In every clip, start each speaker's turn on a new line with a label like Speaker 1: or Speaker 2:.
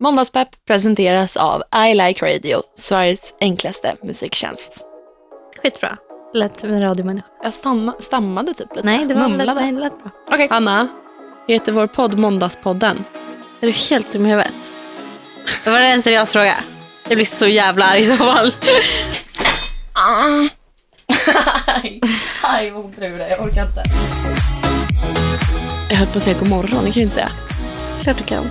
Speaker 1: Måndagspepp presenteras av I Like Radio, Sveriges enklaste musiktjänst.
Speaker 2: Skitbra. Lät som en radiomänniska.
Speaker 1: Jag stanna, stammade typ lite.
Speaker 2: Nej, det var
Speaker 1: Mumlade.
Speaker 2: lät, nej, det lät bra.
Speaker 1: Okej.
Speaker 3: Hanna, heter vår podd Måndagspodden?
Speaker 2: Är du helt dum i huvudet? Det var en seriös fråga. Jag blir så jävla arg i så fall.
Speaker 1: Aj, vad ont det gjorde. Jag orkar inte.
Speaker 3: Jag höll på att säga god morgon, det kan jag inte säga.
Speaker 2: Klart du kan.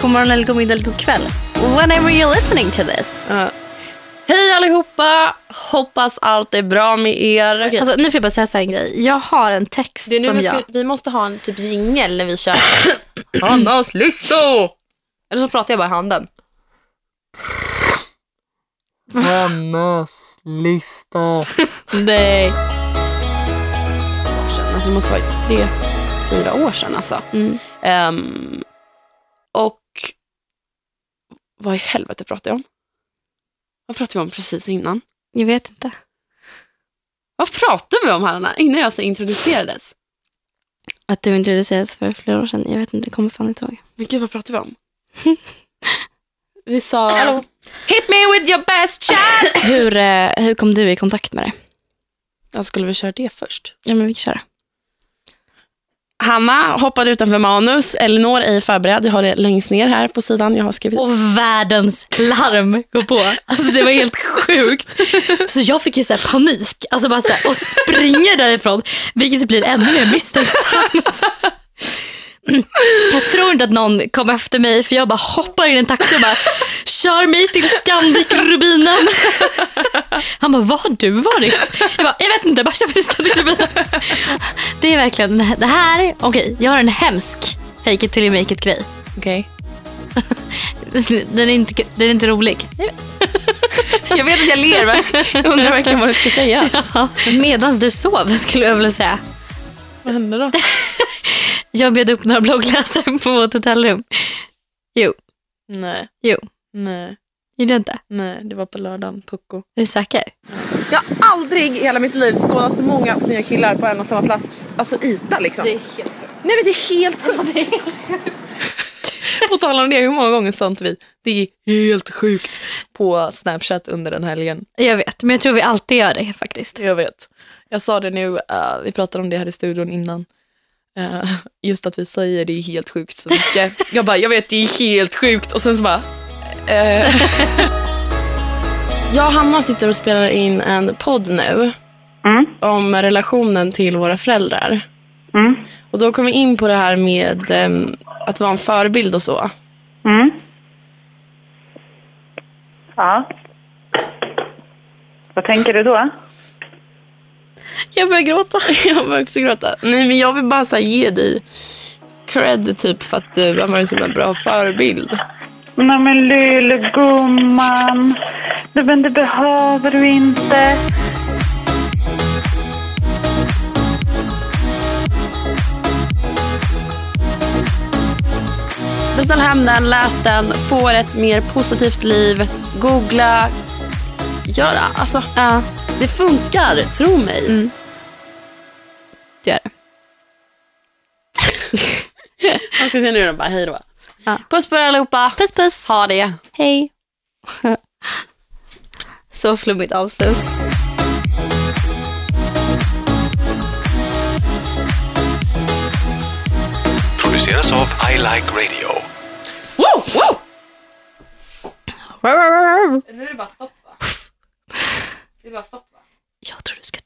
Speaker 2: God morgon eller god middag eller god kväll. Whenever you're listening to this.
Speaker 3: Ja. Hej allihopa! Hoppas allt är bra med er.
Speaker 2: Alltså, nu får jag bara säga så här en grej. Jag har en text
Speaker 1: Det är nu
Speaker 2: som
Speaker 1: vi,
Speaker 2: jag...
Speaker 1: ska, vi måste ha en typ jingel när vi kör.
Speaker 3: Hannas lista!
Speaker 1: Eller så pratar jag bara i handen.
Speaker 4: Hannas lista.
Speaker 3: Nej. År sedan. Alltså, det måste ha varit tre, fyra år sedan. Alltså.
Speaker 2: Mm.
Speaker 3: Ehm, och vad i helvete pratade jag om? Vad pratade vi om precis innan?
Speaker 2: Jag vet inte.
Speaker 3: Vad pratade vi om Hanna innan jag så introducerades?
Speaker 2: Att du introducerades för flera år sedan. Jag vet inte, jag kommer fan inte ihåg.
Speaker 3: Men gud, vad pratade vi om? Vi sa... Hit me with your best shot!
Speaker 2: Hur, eh, hur kom du i kontakt med det?
Speaker 3: Jag skulle vi köra det först?
Speaker 2: Ja, men vi kan köra.
Speaker 3: Hanna hoppade utanför manus. Elinor är förberedd. Jag har det längst ner här på sidan. Jag har skrivit.
Speaker 2: Och världens larm går på. Alltså det var helt sjukt. Så jag fick ju så här panik alltså bara så här, och springer därifrån vilket blir ännu mer misstänksamt. Jag tror inte att någon kom efter mig för jag bara hoppar in i en taxi och bara kör mig till Scandic-rubinen. Han bara, vad har du varit? Jag bara, jag vet inte, bara kör mig till Scandic-rubinen. Det är verkligen, det här, okej, jag har en hemsk fake it till you make it grej.
Speaker 3: Okej.
Speaker 2: Den är inte, den är inte rolig.
Speaker 3: Jag vet att jag ler, men jag undrar verkligen vad du ska säga.
Speaker 2: Medan du sov skulle jag vilja säga.
Speaker 3: Vad hände då?
Speaker 2: Jag bjöd upp några bloggläsare på vårt hotellrum. Jo,
Speaker 3: Nej.
Speaker 2: Jo.
Speaker 3: Nej.
Speaker 2: gjorde jag inte? Är
Speaker 3: Nej, det var på lördagen. Pucko.
Speaker 2: du säker?
Speaker 4: Jag har aldrig i hela mitt liv skådat så många snygga killar på en och samma plats. Alltså yta liksom. Det är helt Nej men det är helt sjukt.
Speaker 3: På tal om det, hur många gånger sånt vi? Det är helt sjukt på Snapchat under den helgen.
Speaker 2: Jag vet, men jag tror vi alltid gör det faktiskt.
Speaker 3: Jag vet. Jag sa det nu, eh, vi pratade om det här i studion innan. Eh, just att vi säger det är helt sjukt så mycket. jag bara, jag vet det är helt sjukt och sen så bara... eh. jag och Hanna sitter och spelar in en podd nu. Om relationen till våra föräldrar. Och då kom vi in på det här med ehm, att vara en förebild och så.
Speaker 5: Ja. Vad tänker du då?
Speaker 2: Jag börjar gråta.
Speaker 3: Jag börjar också gråta. Nej, men jag vill bara så här, ge dig cred typ för att du har varit en så himla bra förebild.
Speaker 5: Nej men lille gumman. Nej men det behöver du inte.
Speaker 3: Beställ hem den, läs den, får ett mer positivt liv, googla, göra. Alltså,
Speaker 2: Ja,
Speaker 3: det funkar, tro mig.
Speaker 2: det gör det.
Speaker 3: Jag ska se nu då, bara hej då.
Speaker 2: Ja.
Speaker 3: Puss på er allihopa,
Speaker 2: Puss puss.
Speaker 3: ha det.
Speaker 2: Hej. Så flummigt avslut.
Speaker 6: produceras av I Like Radio.
Speaker 2: Jag
Speaker 1: Nu är det bara stopp va? Det är bara stopp va?
Speaker 2: tror du ska